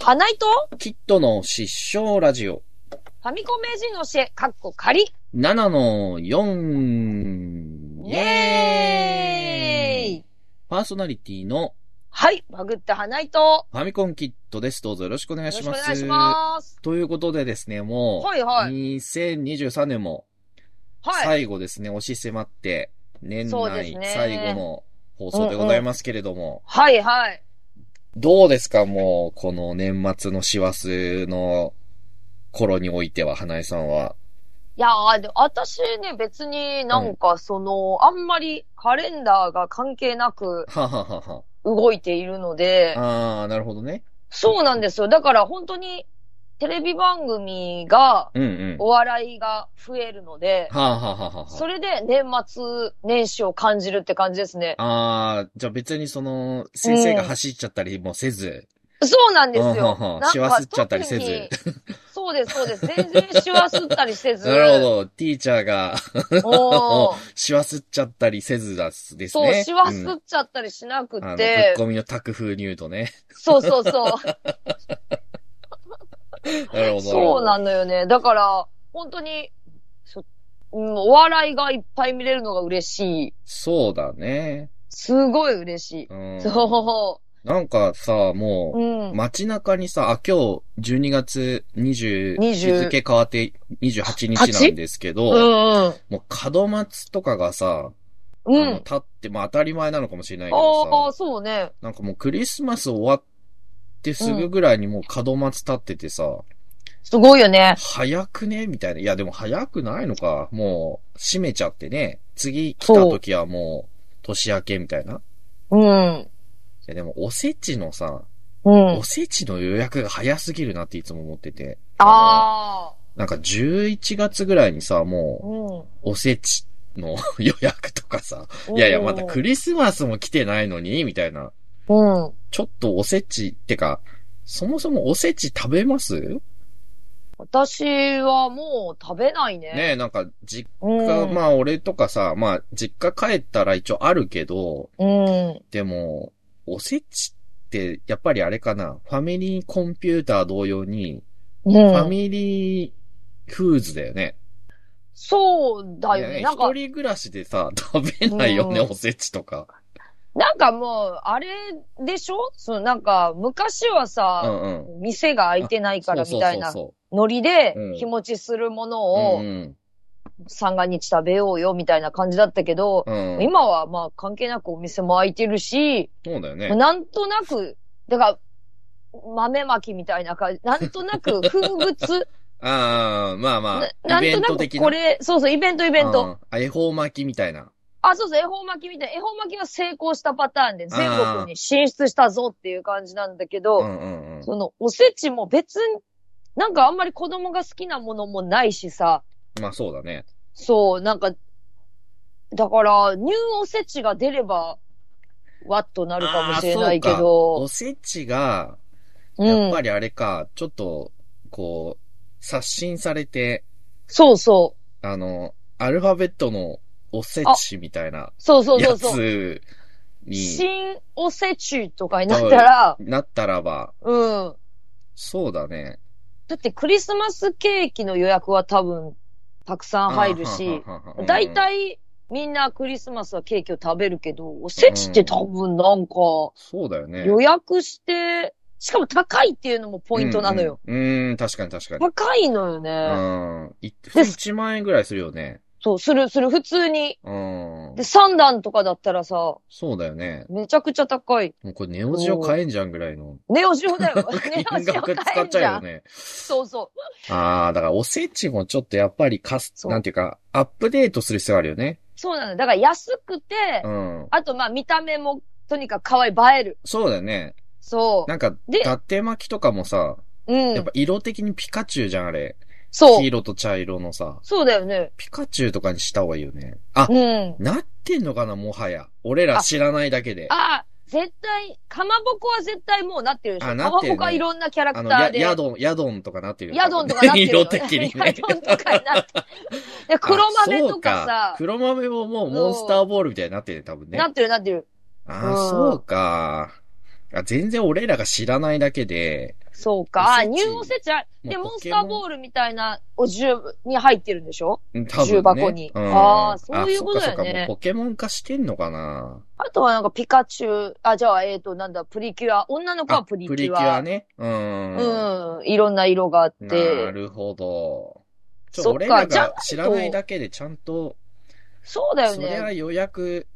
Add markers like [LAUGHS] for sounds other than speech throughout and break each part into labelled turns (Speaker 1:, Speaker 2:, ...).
Speaker 1: 花井と
Speaker 2: キッドの失笑ラジオ。
Speaker 1: ファミコン名人の教え、かっこ仮。
Speaker 2: 7の4。
Speaker 1: イエーイ
Speaker 2: パーソナリティの
Speaker 1: はい、バグった花井と。
Speaker 2: ファミコンキッドです。どうぞよろしくお願
Speaker 1: よ
Speaker 2: い
Speaker 1: ろし
Speaker 2: し
Speaker 1: くお
Speaker 2: ます。
Speaker 1: 願いします。
Speaker 2: ということでですね、も、
Speaker 1: はいうはい。
Speaker 2: 2023年も
Speaker 1: はい。
Speaker 2: 最後ですね、押し迫って、年
Speaker 1: そうです
Speaker 2: 内
Speaker 1: ね
Speaker 2: 最後の放送でございますけれども、
Speaker 1: はいはい。
Speaker 2: どうですか、もう、この年末の師走の頃においては、花江さんは。
Speaker 1: いやー、で私ね、別になんかその、あんまりカレンダーが関係なく
Speaker 2: はははは。
Speaker 1: 動いているので、
Speaker 2: あー、なるほどね。
Speaker 1: そうなんですよ。だから本当にテレビ番組が
Speaker 2: うんうん。
Speaker 1: お笑いが増えるので、
Speaker 2: はあ、はあはあは
Speaker 1: そ
Speaker 2: れ
Speaker 1: れで年末年始を感じるって感じですね。
Speaker 2: あー、じゃあ別にその、先生が走っちゃったりもせず。
Speaker 1: そうなんですよ。
Speaker 2: うんうんう
Speaker 1: なん
Speaker 2: ん
Speaker 1: か
Speaker 2: シワ吸っちゃったりせず
Speaker 1: 特に。そうです、そうです。全然シワ吸ったりせず。
Speaker 2: [LAUGHS] なるほど。ティーチャーが、 [LAUGHS]
Speaker 1: ど。
Speaker 2: しわすっちゃったりせずだすです
Speaker 1: そう、
Speaker 2: ね。
Speaker 1: シワ
Speaker 2: うん
Speaker 1: 吸っちゃったりしなく
Speaker 2: あの、ツ
Speaker 1: て
Speaker 2: ッ。コミの拓風に言う
Speaker 1: [LAUGHS]
Speaker 2: とね。
Speaker 1: そうそう
Speaker 2: [LAUGHS]
Speaker 1: そう。
Speaker 2: なるほど。
Speaker 1: そうなのよね。だから、本当に、そうんお笑いがいっぱい見れるのが嬉しい。
Speaker 2: そうだね。
Speaker 1: すごい嬉し
Speaker 2: う
Speaker 1: い。
Speaker 2: ん。
Speaker 1: そ
Speaker 2: なんかさ、もう
Speaker 1: う。、うん。
Speaker 2: 街中にさ、あ、今日12月
Speaker 1: 20
Speaker 2: 20、日付変わって28日なんですけ
Speaker 1: う
Speaker 2: ど、
Speaker 1: んうん。
Speaker 2: もう角松とかがさ、
Speaker 1: う
Speaker 2: あの
Speaker 1: ん。
Speaker 2: 立って、まあ当たり前なのかもしれないけ
Speaker 1: あ
Speaker 2: ど
Speaker 1: あ、そうね。
Speaker 2: さ、なんかもうクリスマス終わってすぐぐらいにもう角松立っててさ、
Speaker 1: すごいよね。
Speaker 2: 早くねみたいな。いやでも早くないのか。もう閉めちゃってね。次来た時はもう年明けみたいな。い
Speaker 1: うん。
Speaker 2: やでもおせちのさ、
Speaker 1: うん
Speaker 2: お。せちの予約が早すぎるなっていつも思ってて。
Speaker 1: ああ。
Speaker 2: なんか11月ぐらいにさ、も
Speaker 1: うん。
Speaker 2: う、おせちの予約とかさ、いやいや、またクリスマスも来てないのに、みたいな。
Speaker 1: うん。
Speaker 2: ちょっとおせち、ってか、そもそもおせち食べますね
Speaker 1: 私はもう食べないね。
Speaker 2: え、なんか、実
Speaker 1: うん。
Speaker 2: 家、まあ俺とかさ、まあ、実家帰ったら一応あるけど、
Speaker 1: うん。
Speaker 2: でも、おせちって、やっぱりあれかな、ファミリーコンピューター同様に、ファ
Speaker 1: うん。
Speaker 2: ミリーフーズだよね。
Speaker 1: そうだよ
Speaker 2: ね
Speaker 1: ね。
Speaker 2: え
Speaker 1: なんか
Speaker 2: 一、人暮らしでさ、 [LAUGHS] 食べないよね、
Speaker 1: うん
Speaker 2: おせちとか。
Speaker 1: なんかもう、あれでしょそのなんか、昔は
Speaker 2: う
Speaker 1: さ、
Speaker 2: んうん。
Speaker 1: 店が開いてないからみたいな
Speaker 2: そ
Speaker 1: ノリで
Speaker 2: うん、
Speaker 1: 日持ちするも
Speaker 2: う
Speaker 1: の
Speaker 2: そうそう。
Speaker 1: を
Speaker 2: うん
Speaker 1: 三が日食べようよみたいな感じだったけど、
Speaker 2: うん。うん、
Speaker 1: 今はまあ関係なくお店も開いてるし、
Speaker 2: そうだよね。
Speaker 1: なんとなく、だから、豆まきみたいな感じ、なんとなく風物、
Speaker 2: ああ、 [LAUGHS] まあま
Speaker 1: な
Speaker 2: あ、イベ
Speaker 1: な
Speaker 2: ン
Speaker 1: んと
Speaker 2: ト
Speaker 1: な
Speaker 2: 的
Speaker 1: く
Speaker 2: な。
Speaker 1: これ、そうそう、イベントイベント。
Speaker 2: うん。あ、恵方巻きみたいな。
Speaker 1: あ、そうそう、恵方巻きみたいな。恵方巻きは成功したパターンで全国に進出したぞっていう感じなんだけ
Speaker 2: う
Speaker 1: ど、
Speaker 2: んうんうん。
Speaker 1: そのおせちも別に、なんかあんまり子供が好きなものもないしさ、
Speaker 2: まあそうだね。
Speaker 1: そう、なんか、だから、ニューおせちが出れば、わっとなるかもしれないけ
Speaker 2: お
Speaker 1: ど、
Speaker 2: せちが、
Speaker 1: う
Speaker 2: やっぱ
Speaker 1: ん。
Speaker 2: りあれか、ちょっと、こう、刷新されて、
Speaker 1: そうそう。
Speaker 2: あの、アルファベットのおせちみたいな
Speaker 1: そうそうそ
Speaker 2: や
Speaker 1: うそう。
Speaker 2: つに
Speaker 1: 新おせちとかになったら、
Speaker 2: なったらば、
Speaker 1: うん。
Speaker 2: そうだね。
Speaker 1: だってクリスマスケーキの予約は多分、たくさん入るし、
Speaker 2: あー、はははは
Speaker 1: 大、体、みんなクリスマスはケーキを食べるけど、おせちって多分なんか、
Speaker 2: そうだよね。
Speaker 1: 予約して、しかも高いっていうのもポイントなのよ。
Speaker 2: うんうん。うん、確かに確かに。
Speaker 1: 高いのよ
Speaker 2: う
Speaker 1: ね。
Speaker 2: ん。い1万円ぐらいするよね。
Speaker 1: そう、する、する、普通に。
Speaker 2: うん
Speaker 1: で、。三段とかだったらさ、
Speaker 2: そうだよね。
Speaker 1: めちゃくちゃ高い。
Speaker 2: もうこれネオジオ買えんじゃんぐらいの。
Speaker 1: ネオジオだ
Speaker 2: [LAUGHS]
Speaker 1: よ。 [LAUGHS] ネオ
Speaker 2: 金
Speaker 1: ジオ
Speaker 2: 額
Speaker 1: 買
Speaker 2: 使
Speaker 1: え
Speaker 2: っ
Speaker 1: ん
Speaker 2: ち
Speaker 1: じ
Speaker 2: ゃう
Speaker 1: ゃ
Speaker 2: よ
Speaker 1: ん。
Speaker 2: ね。
Speaker 1: そうそ
Speaker 2: ああ、だからおせちもちょっとやっぱりかす、
Speaker 1: そう
Speaker 2: なんていうか、アップデートする必要あるよね
Speaker 1: う。。そうなの。だから安くて、
Speaker 2: うん。
Speaker 1: あとまあ見た目もとにかく可愛い、映える。
Speaker 2: そうだよね。
Speaker 1: そ
Speaker 2: なんか、
Speaker 1: で
Speaker 2: 伊達巻きとかもさ、
Speaker 1: う。う
Speaker 2: やっ
Speaker 1: ん
Speaker 2: ぱ。色的にピカチュウじゃん、あれ。
Speaker 1: そ
Speaker 2: 黄
Speaker 1: う。
Speaker 2: 色と茶色のさ、
Speaker 1: そうだよね。
Speaker 2: ピカチュウとかにした方がいいよね。あ、
Speaker 1: うん。
Speaker 2: なってんのかな、もはや。俺ら知らないだけで。
Speaker 1: ああ、絶対、かまぼこは絶対もうなってるでしょ。
Speaker 2: あ
Speaker 1: か
Speaker 2: な
Speaker 1: ま
Speaker 2: っ
Speaker 1: ぼ
Speaker 2: てるね
Speaker 1: こはいろんなキャラ
Speaker 2: あ
Speaker 1: ク
Speaker 2: の、
Speaker 1: ター
Speaker 2: や、
Speaker 1: で。
Speaker 2: ヤドン、ヤドンとかなってるよ。
Speaker 1: ヤドンとかなってるよ、
Speaker 2: 色的に
Speaker 1: [LAUGHS]
Speaker 2: ね。
Speaker 1: ヤドンとかになって
Speaker 2: [LAUGHS]
Speaker 1: で黒豆とか
Speaker 2: あそう
Speaker 1: さ、
Speaker 2: 黒豆ももうモンスターボールみたいになってるね、多分ね。
Speaker 1: なってるなってる。
Speaker 2: ああ、
Speaker 1: うん
Speaker 2: そうか。あ全然俺らが知らないだけで、
Speaker 1: そうか。あ、
Speaker 2: おせち
Speaker 1: ニューオセチあ、で、
Speaker 2: まあ
Speaker 1: モ
Speaker 2: ポ
Speaker 1: ン
Speaker 2: ケ
Speaker 1: ス
Speaker 2: モン
Speaker 1: ターボールみたいなお重に入ってるんでしょ
Speaker 2: うん多分、ね。
Speaker 1: 重箱に
Speaker 2: うん
Speaker 1: あーそういうことだよね
Speaker 2: あそっかそっかもうポケモン化してんのかな
Speaker 1: あとはなんかピカチュウ、あ、じゃあ、えっ、と、なんだ、プリキュア。女の子はプリキュア。
Speaker 2: ね。うん。
Speaker 1: うん。いろんな色があっ
Speaker 2: な
Speaker 1: て。
Speaker 2: るほど。ち
Speaker 1: そ
Speaker 2: ょ、
Speaker 1: っか
Speaker 2: 俺ら
Speaker 1: じゃない
Speaker 2: が
Speaker 1: と
Speaker 2: 知らないだけでちゃんと、
Speaker 1: そうだよ
Speaker 2: そりゃ
Speaker 1: ね。
Speaker 2: 予約、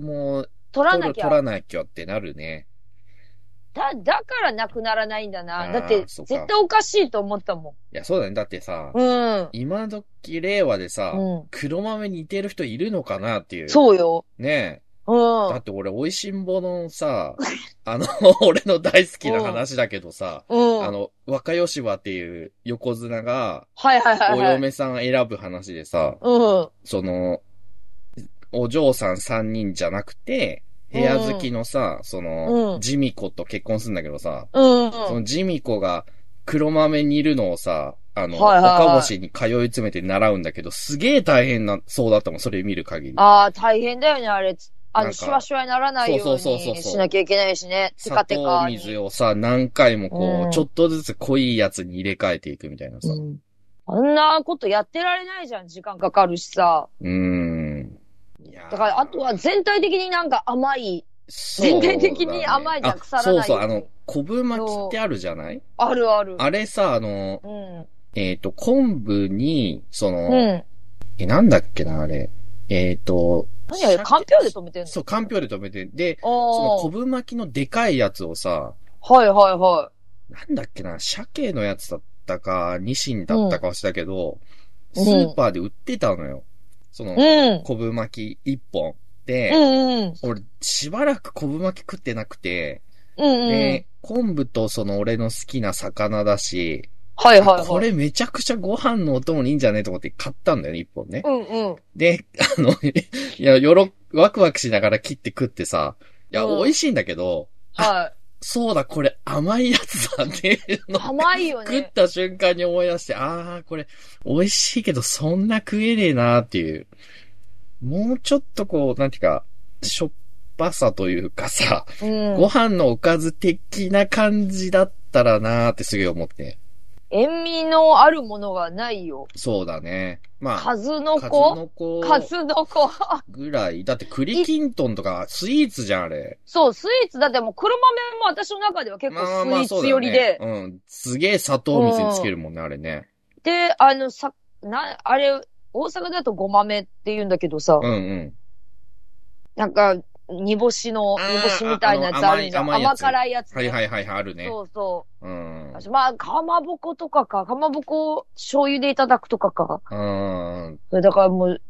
Speaker 2: もう、
Speaker 1: 取ら
Speaker 2: 取
Speaker 1: な
Speaker 2: る
Speaker 1: き
Speaker 2: 取
Speaker 1: ゃ。
Speaker 2: らなきゃってなるね。
Speaker 1: だ、だからなくならないんだ
Speaker 2: あ
Speaker 1: な。
Speaker 2: ー
Speaker 1: だって、
Speaker 2: そっ
Speaker 1: 絶
Speaker 2: か
Speaker 1: 対おかしいと思ったも
Speaker 2: いや、そうだね。だってさ、
Speaker 1: ん。うん。
Speaker 2: 今時令和でさ、
Speaker 1: う
Speaker 2: 黒豆似てる人いるのかなってい
Speaker 1: ん。
Speaker 2: う。
Speaker 1: そうよ。
Speaker 2: ね
Speaker 1: うん。
Speaker 2: え。だって俺、美味しんぼ
Speaker 1: [LAUGHS]
Speaker 2: のさ、あの、 [LAUGHS] 俺の大好きな話だけどさ、
Speaker 1: うん。
Speaker 2: あの、若吉羽っていう横綱が、
Speaker 1: はいはいはい
Speaker 2: お
Speaker 1: はい。
Speaker 2: 嫁さん選ぶ話でさ、
Speaker 1: うん。
Speaker 2: その、お嬢さん3人じゃなくて、部屋好きのさ、その、
Speaker 1: うん
Speaker 2: ジミコと結婚するんだけどさ、
Speaker 1: うん。
Speaker 2: そのジミコが黒豆煮るのをさ、あの、
Speaker 1: はいはいはい
Speaker 2: 岡越に通い詰めて習うんだけど、すげえ大変な、そうだったもん、それ見る限り。
Speaker 1: ああ、大変だよね、あれ。あ
Speaker 2: なん
Speaker 1: の、
Speaker 2: か
Speaker 1: シュワシュワにならないよ
Speaker 2: そううそうそうそう
Speaker 1: にしなきゃいけないしね。テ
Speaker 2: 砂
Speaker 1: カテ
Speaker 2: 糖
Speaker 1: カ
Speaker 2: 水
Speaker 1: に。
Speaker 2: をさ、何回もこう、
Speaker 1: うん
Speaker 2: ちょっとずつ濃いやつに入れ替えていくみたいなさ。
Speaker 1: うんあんなことやってられないじゃん、時間かかるしさ。
Speaker 2: うーん。いやー
Speaker 1: だから、あとは全体的になんか甘い。
Speaker 2: そうだね
Speaker 1: 全体的に甘いじゃん腐らない
Speaker 2: あそうそう、あの、昆布巻きってあるじゃない
Speaker 1: あるある。
Speaker 2: あれさ、あの、
Speaker 1: うん。
Speaker 2: えっ、と、昆布に、その、
Speaker 1: うん。
Speaker 2: え、なんだっけな、あれ。えっ、と、
Speaker 1: 何あれ、
Speaker 2: 鮭
Speaker 1: かんぴょうで止めてんの
Speaker 2: そう、かんぴょうで止めて、で、その
Speaker 1: あ
Speaker 2: 昆布巻きのでかいやつをさ、
Speaker 1: あ。はいはいは
Speaker 2: なんだっけな、鮭のやつだったか、ニシンだったかはしたけど、
Speaker 1: うん
Speaker 2: スーパーで売ってたのよ。その
Speaker 1: い。、うん。
Speaker 2: 昆布巻き一本。で、
Speaker 1: うんうん。
Speaker 2: 俺、しばらく昆布巻き食ってなくて、
Speaker 1: うんうん
Speaker 2: で。、昆布とその俺の好きな魚だし、
Speaker 1: はいはいはい。
Speaker 2: これめちゃくちゃご飯のお供にいいんじゃねと思って買ったんだよね、一本ね。
Speaker 1: うんうん。
Speaker 2: で、あの、 [LAUGHS] いや、よろ、ワクワクしながら切って食ってさ、いや、
Speaker 1: うん
Speaker 2: 美味しいんだけど、
Speaker 1: は
Speaker 2: そうだ、これ甘いやつだっていう
Speaker 1: い。
Speaker 2: のを
Speaker 1: 甘いよ
Speaker 2: 食っ
Speaker 1: ね。
Speaker 2: た瞬間に思い出して、あー、これ、美味しいけど、そんな食えねえなっていう。もうちょっとこう、なんていうか、しょっぱさというかさ、
Speaker 1: うん
Speaker 2: ご。飯のおかず的な感じだったらなーってすげえ思って。
Speaker 1: 塩味のあるものがないよ。
Speaker 2: そうだね。まあ、
Speaker 1: 数の
Speaker 2: 数
Speaker 1: 子
Speaker 2: の子
Speaker 1: 数の子。
Speaker 2: ぐらい。だって栗きんとんとかスイーツじゃん、あれ。
Speaker 1: そう、スイーツ。だってもう黒豆も私の中では結構スイーツ寄りで。
Speaker 2: まあまあそうだよねうん。すげえ砂糖水につけるもんね、あれね。
Speaker 1: で、あの、さ、な、あれ、大阪だとごまめって言うんだけどさ、
Speaker 2: うんうん。
Speaker 1: なんか、煮干しの、
Speaker 2: あー
Speaker 1: 煮干しみたいなやつあるじゃん。
Speaker 2: あの甘い甘いや
Speaker 1: 甘
Speaker 2: つ
Speaker 1: 辛いやつ、
Speaker 2: はいはいはいはい、あるね。
Speaker 1: そうそ
Speaker 2: うん。
Speaker 1: う。私まあ、かまぼことかか。かまぼこを醤油でいただくとかか。
Speaker 2: うん。
Speaker 1: それだからもう、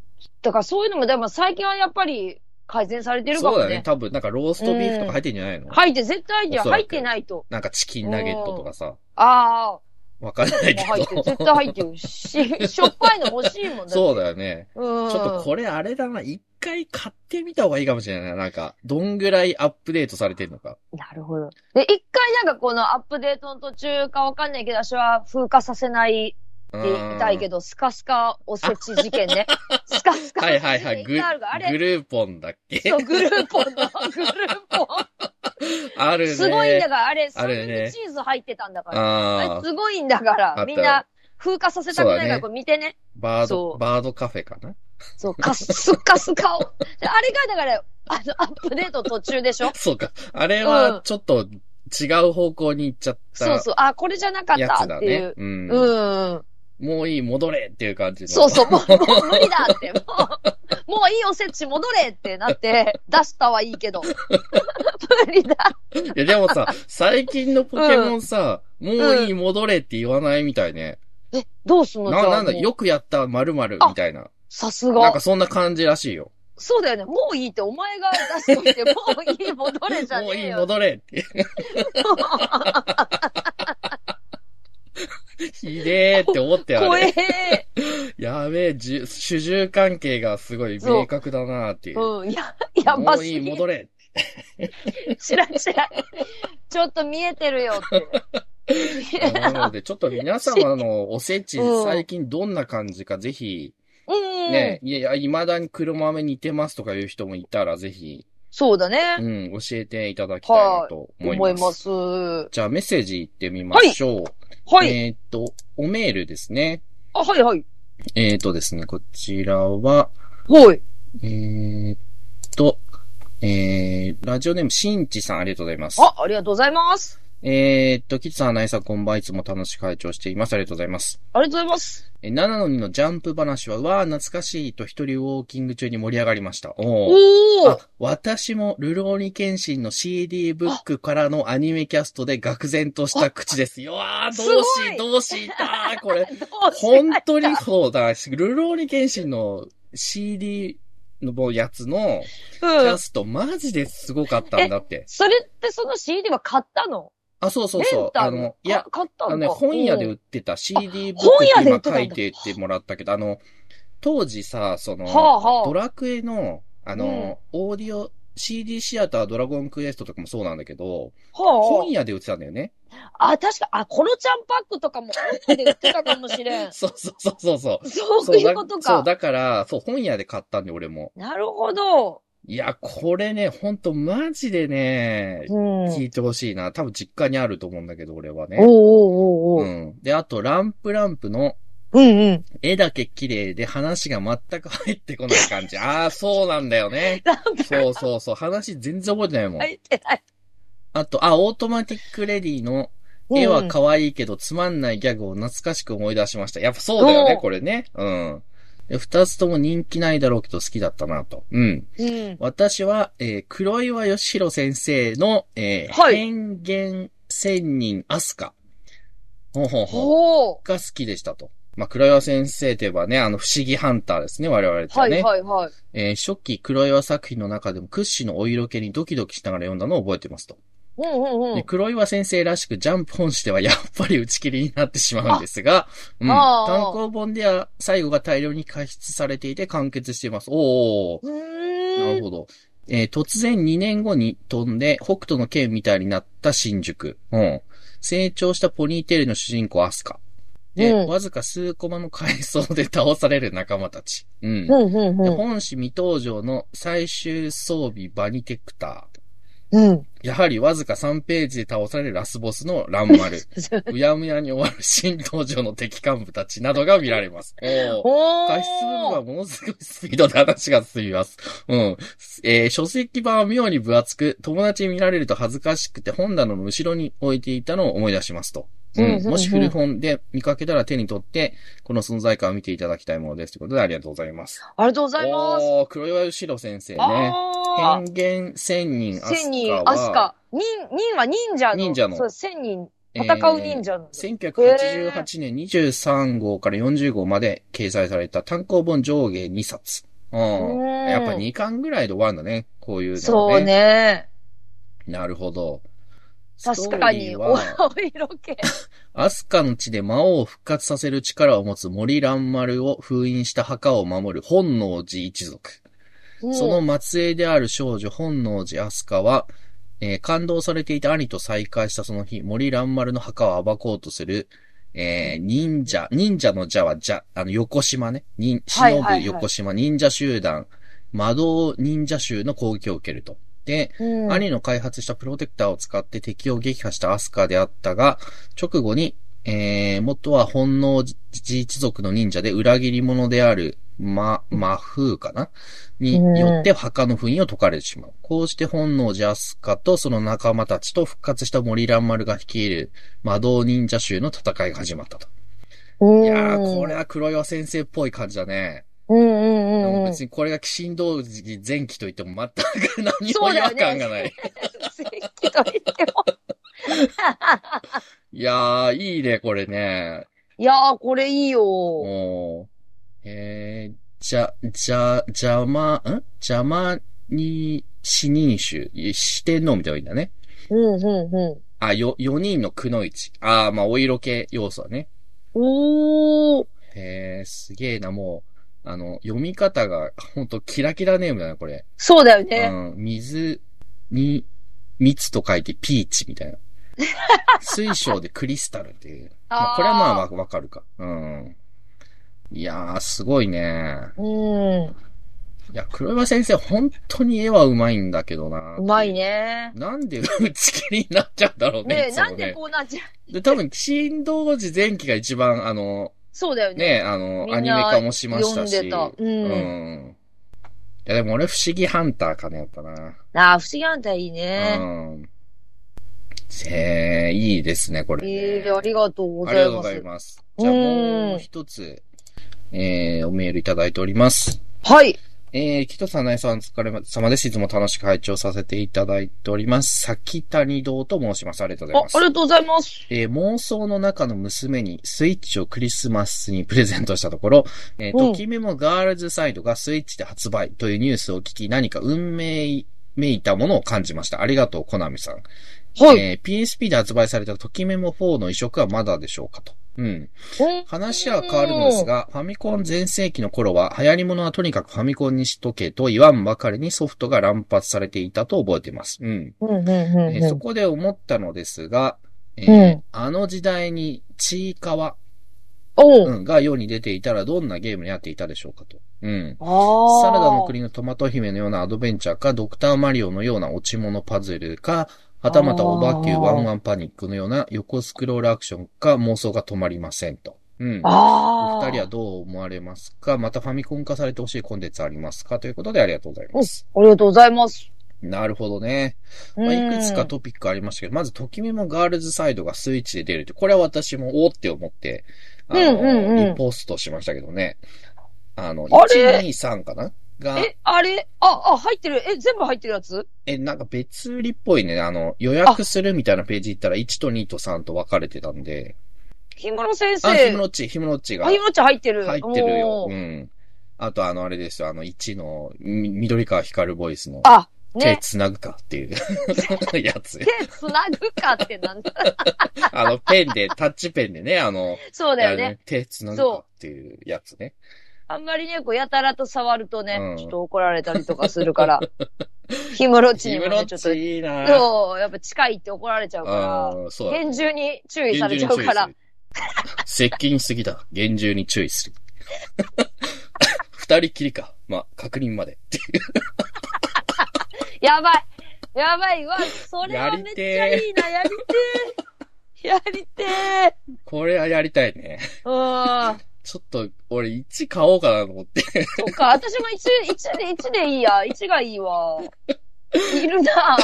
Speaker 1: だからそういうのも、でも最近はやっぱり改善されてるか
Speaker 2: そ
Speaker 1: も
Speaker 2: うだね。
Speaker 1: ね。
Speaker 2: 多分、なんかローストビーフとか入ってんじゃないの、
Speaker 1: 入って、絶対入って
Speaker 2: お
Speaker 1: ない
Speaker 2: そらく
Speaker 1: 入ってないと。
Speaker 2: なんかチキンナゲットとかさ。
Speaker 1: あ
Speaker 2: わかんな
Speaker 1: あ、
Speaker 2: い
Speaker 1: もう入
Speaker 2: け
Speaker 1: ってる。
Speaker 2: ど。
Speaker 1: 絶対入ってる
Speaker 2: [LAUGHS]
Speaker 1: し、しょっぱいの欲しいもんだって
Speaker 2: そうだよね。
Speaker 1: うん。
Speaker 2: ちょっとこれあれだな。一回買ってみた方がいいかもしれないな。なんか、どんぐらいアップデートされてんのか。
Speaker 1: なるほど。で、一回なんかこのアップデートの途中かわかんないけど、私は風化させない
Speaker 2: うん
Speaker 1: でいたいけど、スカスカおせち事件
Speaker 2: [LAUGHS]
Speaker 1: ね。スカスカお
Speaker 2: は
Speaker 1: せ
Speaker 2: い
Speaker 1: ち
Speaker 2: はいは
Speaker 1: [LAUGHS]
Speaker 2: い。
Speaker 1: 事件
Speaker 2: グ
Speaker 1: 一回あるが、あれ
Speaker 2: グ、ルーポンだっけ
Speaker 1: そう、グルーポンの、グルーポ
Speaker 2: ある
Speaker 1: ン。
Speaker 2: ね。
Speaker 1: すごいんだから、あれ、
Speaker 2: あ
Speaker 1: それ
Speaker 2: れね
Speaker 1: にチーズ入ってたんだから。あ
Speaker 2: あ
Speaker 1: れ
Speaker 2: ー
Speaker 1: すごいんだか
Speaker 2: あった
Speaker 1: ら、みんな風化させたくない
Speaker 2: そう
Speaker 1: か
Speaker 2: だ
Speaker 1: ら、
Speaker 2: ね
Speaker 1: これ見てね。
Speaker 2: バー
Speaker 1: そ
Speaker 2: ド、
Speaker 1: う
Speaker 2: バードカフェかな
Speaker 1: そう、カスカスカを。であれがだから、あの、アップデート途中でし
Speaker 2: [LAUGHS]
Speaker 1: ょ
Speaker 2: そうか。あれ
Speaker 1: う
Speaker 2: は
Speaker 1: ん、
Speaker 2: ちょっと違う方向に行っちゃっ
Speaker 1: そう
Speaker 2: た
Speaker 1: そう、あ、これじゃなかっ
Speaker 2: や
Speaker 1: た
Speaker 2: つ
Speaker 1: っ
Speaker 2: だ
Speaker 1: てい
Speaker 2: ね
Speaker 1: う。。
Speaker 2: うん。
Speaker 1: うん。
Speaker 2: もういい、戻れっていう感じの。
Speaker 1: そうそう、もう、もう無理だって、もう、もういいおせち戻れってなって、出したはいいけど。無理だ。
Speaker 2: いや、でもさ、最近のポケモンさ、もういい、戻れって言わないみたいね。
Speaker 1: え、どうすんの
Speaker 2: な、
Speaker 1: じゃあ
Speaker 2: なんだ、
Speaker 1: もう
Speaker 2: よくやった、〇〇みたいな。
Speaker 1: さす
Speaker 2: なん
Speaker 1: が
Speaker 2: か。そんな感じらしいよ。
Speaker 1: そうだよね。もういいって、お前が出しといて、もういい戻れじゃね
Speaker 2: もう
Speaker 1: え
Speaker 2: いい、
Speaker 1: よ。
Speaker 2: 戻れって。ひでーって思ってあ
Speaker 1: 怖
Speaker 2: れ。
Speaker 1: え。
Speaker 2: やべえ、じゅ主従関係がすごい明確だなーっていう。
Speaker 1: うん、や、やば
Speaker 2: も
Speaker 1: す
Speaker 2: ういい、
Speaker 1: ぎ
Speaker 2: 戻
Speaker 1: る。
Speaker 2: れ。
Speaker 1: 知らん知らん。ちょっと見えてるよっ
Speaker 2: [LAUGHS]
Speaker 1: て。
Speaker 2: なので、ちょっと皆様のおせち、
Speaker 1: うん
Speaker 2: 最近どんな感じか、ぜひ、
Speaker 1: うん。
Speaker 2: ね、いやいや、未だに黒豆似てますとかいう人もいたら、ぜひ、
Speaker 1: そうだね。
Speaker 2: うん、教えていただきたいなと思います。
Speaker 1: 思います。は
Speaker 2: じゃあメッセージ行ってみましょう。
Speaker 1: い。
Speaker 2: えーっと、おメールですね。
Speaker 1: あ、はいはい。
Speaker 2: えーっとですね、こちらは、
Speaker 1: はい。
Speaker 2: えーっと、えー、ラジオネームしんちさんありがとうございます。
Speaker 1: あ、ありがとうございます。
Speaker 2: えーっと、キッさん、ナイさん、こんばんはいつも楽しく会長しています。ありがとうございます。
Speaker 1: ありがとうございます。
Speaker 2: えー、7の2のジャンプ話は、わー、懐かしいと一人ウォーキング中に盛り上がりました。おー。
Speaker 1: お
Speaker 2: あ
Speaker 1: ー。
Speaker 2: 私も、ルローニケンシンの CD ブックからのアニメキャストで愕然とした口です。よあー、ど
Speaker 1: すご
Speaker 2: う
Speaker 1: い
Speaker 2: し、どうしたー、これ。
Speaker 1: どうし
Speaker 2: 本
Speaker 1: [LAUGHS]
Speaker 2: 当にそうだ。ルローニケンシンの CD のやつのキ
Speaker 1: う
Speaker 2: ャ
Speaker 1: ん。
Speaker 2: スト、マジですごかったんだって。
Speaker 1: それってその CD は買ったの
Speaker 2: あ、そうそう
Speaker 1: レ
Speaker 2: そ
Speaker 1: ン
Speaker 2: う。
Speaker 1: タ
Speaker 2: あ
Speaker 1: ル
Speaker 2: の、いや
Speaker 1: か、買った
Speaker 2: あ
Speaker 1: の
Speaker 2: のね、
Speaker 1: か
Speaker 2: 本屋で
Speaker 1: う
Speaker 2: 売
Speaker 1: ん
Speaker 2: ってた CD ブック
Speaker 1: 本屋で売っ
Speaker 2: 今
Speaker 1: てたん
Speaker 2: 書
Speaker 1: だ
Speaker 2: いてってもらったけど、あの、当時さ、その、
Speaker 1: はあはあ
Speaker 2: ドラクエの、あの、オーディオ、CD シアタードラゴンクエストとかもそうなんだけど、
Speaker 1: は
Speaker 2: 本屋で売ってたんだよね。
Speaker 1: あ、あ、確か、あ、コロちゃんパックとかも本屋で売ってたかもしれん。
Speaker 2: そうそうそうそうそう。
Speaker 1: そ
Speaker 2: [LAUGHS] そうう
Speaker 1: いう
Speaker 2: だ
Speaker 1: こと
Speaker 2: そう、
Speaker 1: か。
Speaker 2: だから、そう、本屋で買ったんで、俺も。
Speaker 1: なるほど。
Speaker 2: いや、これね、ほんと、マジでね、
Speaker 1: うん。お
Speaker 2: 聞
Speaker 1: ー
Speaker 2: いてほしいな。多分実家にあると思うんだけど、俺は
Speaker 1: おー
Speaker 2: ね。
Speaker 1: おーお
Speaker 2: う
Speaker 1: ー
Speaker 2: ん。で、あと、ランプランプの、
Speaker 1: うんうん。
Speaker 2: 絵だけ綺麗で話が全く入ってこない感
Speaker 1: [LAUGHS]
Speaker 2: じ。ああ、そうなんだよね。
Speaker 1: ランプ
Speaker 2: そうそうそう。話全然覚えてないもん。
Speaker 1: 入ってない。
Speaker 2: あと、あ、オートマティックレディの絵は可愛いけどつまんないギャグを懐かしく思い出しました。やっぱそうだよ
Speaker 1: う
Speaker 2: ね、
Speaker 1: ん
Speaker 2: これね。うん。で二つとも人気ないだろうけど好きだったなと。うん。
Speaker 1: うん。
Speaker 2: 私は、えー、黒岩義弘先生の、えー、
Speaker 1: はい
Speaker 2: 変幻仙人アスカ。ほうほうほう。
Speaker 1: おお。
Speaker 2: が好きでしたと。まあ、黒岩先生といえばね、あの、不思議ハンターですね、我々と
Speaker 1: は
Speaker 2: はね。
Speaker 1: いはいはい。
Speaker 2: えー初期黒岩作品の中でも屈指のお色気にドキドキしながら読んだのを覚えてますと。
Speaker 1: うんうんう
Speaker 2: で
Speaker 1: ん。
Speaker 2: 黒岩先生らしくジャンプ本誌ではやっぱり打ち切りになってしまうんですが、うん。
Speaker 1: ああ
Speaker 2: 単行本では最後が大量に加筆されていて完結しています。おー。
Speaker 1: う
Speaker 2: な
Speaker 1: ー
Speaker 2: る
Speaker 1: ん。
Speaker 2: ほど。えー突然2年後に飛んで、北斗の剣みたいになった新宿。うん。成長したポニーテールの主人公アスカ。で、
Speaker 1: うん
Speaker 2: わずか数コマの回想で倒される仲間たち。うん。で
Speaker 1: うんうんうん。
Speaker 2: 本誌未登場の最終装備バニテクター。
Speaker 1: うん。
Speaker 2: やはりわずか3ページで倒されるラスボスのラン [LAUGHS] マル。うやむやに終わる新登場の敵幹部たちなどが見られ [LAUGHS] ます。おー
Speaker 1: おー。
Speaker 2: 加湿部分はものすごいスピードで話が進みます。うん。えー書籍版は妙に分厚く、友達に見られると恥ずかしくて本棚の後ろに置いていたのを思い出しますと。う
Speaker 1: うんうん
Speaker 2: ん。
Speaker 1: うん
Speaker 2: もし古本で見かけたら手に取って、この存在感を見ていただきたいものです。ということでありがとうございます。
Speaker 1: ありがとうございます。
Speaker 2: おー、黒岩義郎先生ね。
Speaker 1: あ
Speaker 2: 変幻千人アスカは。
Speaker 1: 千人、アスカ。忍、忍は忍者の。
Speaker 2: 忍者の
Speaker 1: そう、千人、
Speaker 2: えー
Speaker 1: 戦う忍者の。
Speaker 2: 1988年23号から40号まで掲載された単行本上下2冊。うん。
Speaker 1: うん
Speaker 2: やっぱ2巻ぐらいで終わるんだね。こういうのね。
Speaker 1: そう。ね。
Speaker 2: なるほど。
Speaker 1: 確かに、
Speaker 2: ストーリー
Speaker 1: お [LAUGHS]
Speaker 2: は、
Speaker 1: お色気。
Speaker 2: アスカの地で魔王を復活させる力を持つ森蘭丸を封印した墓を守る本能寺一族。 [LAUGHS] その末裔である少女本能寺アスカは、えー感動されていた兄と再会したその日、森蘭丸の墓を暴こうとする、えー忍者、忍者の蛇は蛇、あの、横島ね。忍、
Speaker 1: はい
Speaker 2: 忍
Speaker 1: はいは
Speaker 2: ぶ
Speaker 1: い
Speaker 2: 横島、忍者集団、魔導忍者集の攻撃を受けると。で、
Speaker 1: うん、
Speaker 2: 兄の開発したプロテクターを使って敵を撃破したアスカであったが、直後に、えー、元は本能寺一族の忍者で裏切り者である、ま、魔風かなに
Speaker 1: うん
Speaker 2: よって墓の封印を解かれてしまう。こうして本能寺アスカとその仲間たちと復活した森蘭丸が率いる魔導忍者衆の戦いが始まったと。
Speaker 1: うん
Speaker 2: いやー、これは黒岩先生っぽい感じだね。
Speaker 1: うんうん
Speaker 2: で
Speaker 1: うん
Speaker 2: も
Speaker 1: うん。
Speaker 2: 別にこれが鬼神道寺前期と言っても全く何
Speaker 1: そ
Speaker 2: も
Speaker 1: う
Speaker 2: 違
Speaker 1: だよ
Speaker 2: 和
Speaker 1: ね
Speaker 2: 感
Speaker 1: [LAUGHS]
Speaker 2: がない。
Speaker 1: 正規と言っても。
Speaker 2: いやー、いいね、これね。
Speaker 1: いやー、これいいよ。
Speaker 2: おー。えー、じゃ、じゃ、邪魔、ん邪魔に死人衆、い四天王みたいなのがいいんだね。
Speaker 1: うんうんうん。
Speaker 2: あ、よ、四人のくのいち。あー、まあ、お色気要素はね。
Speaker 1: おー。
Speaker 2: えー、すげえな、もう、あの、読み方が、ほんと、キラキラネームだな、これ。
Speaker 1: そうだよね。
Speaker 2: うん、水に、蜜と書いてピーチみたいな。水晶でクリスタルっていう。まあ、これはまあわ、わかるか。うん。いやー、すごいね。
Speaker 1: うん。
Speaker 2: いや、黒岩先生、本当に絵はうまいんだけどな。
Speaker 1: うまい。ね。
Speaker 2: なんで打ち切りになっちゃうんだろうね。
Speaker 1: ね
Speaker 2: いつも
Speaker 1: なんでこうなっちゃう。
Speaker 2: で、多分、新道寺前期が一番、あの、
Speaker 1: [LAUGHS] そうだよね。
Speaker 2: ね、あの、ア
Speaker 1: みん
Speaker 2: ニ
Speaker 1: な
Speaker 2: メ化もしましたし。
Speaker 1: 読んでたうん
Speaker 2: んいや、でも俺、不思議ハンターかね、やっぱな。
Speaker 1: ああ、不思議なんだいいね。
Speaker 2: うん。へえ、いいですね、これね、
Speaker 1: ええありがとうご
Speaker 2: あり
Speaker 1: ざ
Speaker 2: が
Speaker 1: い
Speaker 2: と
Speaker 1: ま
Speaker 2: うござい
Speaker 1: す。
Speaker 2: ます。じゃあもう一つ、えー、おメールいただいております。
Speaker 1: はい。
Speaker 2: えー、キトさん、ナイさん、お疲れ様です。いつも楽しく拝聴させていただいております。先谷堂と申します。ありがとうござ
Speaker 1: あ、
Speaker 2: い
Speaker 1: あ
Speaker 2: ます。
Speaker 1: りがとうございます。
Speaker 2: えー妄想の中の娘にスイッチをクリスマスにプレゼントしたところ、えー
Speaker 1: うん
Speaker 2: ときめもガールズサイドがスイッチで発売というニュースを聞き、何か運命めいたものを感じました。ありがとう、コナミさん。
Speaker 1: はい。
Speaker 2: えー PSP で発売されたときめも4の移植はまだでしょうかと。うん。
Speaker 1: うん
Speaker 2: 話は変わるのですが、ファミコン全盛期の頃は、流行り物はとにかくファミコンにしとけと言わんばかりにソフトが乱発されていたと覚えています。うん。
Speaker 1: うんうんうん
Speaker 2: え
Speaker 1: う
Speaker 2: ーそ
Speaker 1: ん。
Speaker 2: こで思ったのですが、えー
Speaker 1: うん
Speaker 2: あの時代にちいかわ、
Speaker 1: おう
Speaker 2: うん、が世に出ていたらどんなゲームになっていたでしょうかと。うん。
Speaker 1: ああ。
Speaker 2: サラダの国のトマト姫のようなアドベンチャーか、ドクターマリオのような落ち物パズルか、はたまたオバキュ
Speaker 1: あー
Speaker 2: ーワンワンパニックのような横スクロールアクションか妄想が止まりませんと。うん。
Speaker 1: あ
Speaker 2: お
Speaker 1: あ。
Speaker 2: 二人はどう思われますかまたファミコン化されてほしいコンテンツありますかということでありがとうございます。
Speaker 1: ありがとうございます。
Speaker 2: なるほどね。
Speaker 1: う
Speaker 2: まあ、
Speaker 1: ん
Speaker 2: いくつか。トピックありましたけど、まず、ときめもガールズサイドがスイッチで出るって、これは私もおーって思って、あの、
Speaker 1: うんうんうん
Speaker 2: リポストしましたけどね。あの、
Speaker 1: あれ
Speaker 2: 123かなが、
Speaker 1: え、あれあ、あ、入ってる。え、全部入ってるやつ
Speaker 2: え、なんか別売りっぽいね。あの、予約するみたいなページ行ったら、1と2と3と分かれてたんで。
Speaker 1: 氷室先生。
Speaker 2: あ、ひむのっち、ひむのっちが
Speaker 1: あ、ひ
Speaker 2: 入
Speaker 1: むのっち入ってる。
Speaker 2: ってるよ。
Speaker 1: お
Speaker 2: う
Speaker 1: ー
Speaker 2: ん。あと、あの、あれですよ。あの、1の、み緑川光ボイスの、
Speaker 1: あ、
Speaker 2: 手
Speaker 1: ね。
Speaker 2: 繋ぐかっていう [LAUGHS] やつ。
Speaker 1: 手つなぐかってなんだ。
Speaker 2: あの、ペン
Speaker 1: [LAUGHS]
Speaker 2: で、タッチペンでね、あの、
Speaker 1: そうだよ
Speaker 2: いや
Speaker 1: ね。。
Speaker 2: 手繋ぐかっていうやつね。
Speaker 1: あんまりね、こう、やたらと触るとね
Speaker 2: うん、
Speaker 1: ちょっと怒られたりとかする
Speaker 2: [LAUGHS]
Speaker 1: から。ひむろっち
Speaker 2: ジ
Speaker 1: にも
Speaker 2: ムロ
Speaker 1: ね、
Speaker 2: ッ
Speaker 1: ちょっ
Speaker 2: チ
Speaker 1: と。
Speaker 2: いいなう。
Speaker 1: そう、やっぱ近いって怒られちゃう
Speaker 2: あ
Speaker 1: か
Speaker 2: あ、そ
Speaker 1: ら、
Speaker 2: うだ。
Speaker 1: 厳重に注意されちゃうから
Speaker 2: 厳重に注意。する。接近しすぎだ。厳重に注意する。 [LAUGHS] 二人きりか。まあ、確認まで。
Speaker 1: やばい。やばい。うわ、それはめっちゃ
Speaker 2: やりて
Speaker 1: いいな。やりてー。やりてー。
Speaker 2: これはやりたいね。
Speaker 1: うーん。
Speaker 2: ちょっと、俺1買おうかなと思って。
Speaker 1: そっか、私も1、一で、一でいいや。1がいいわ。いるな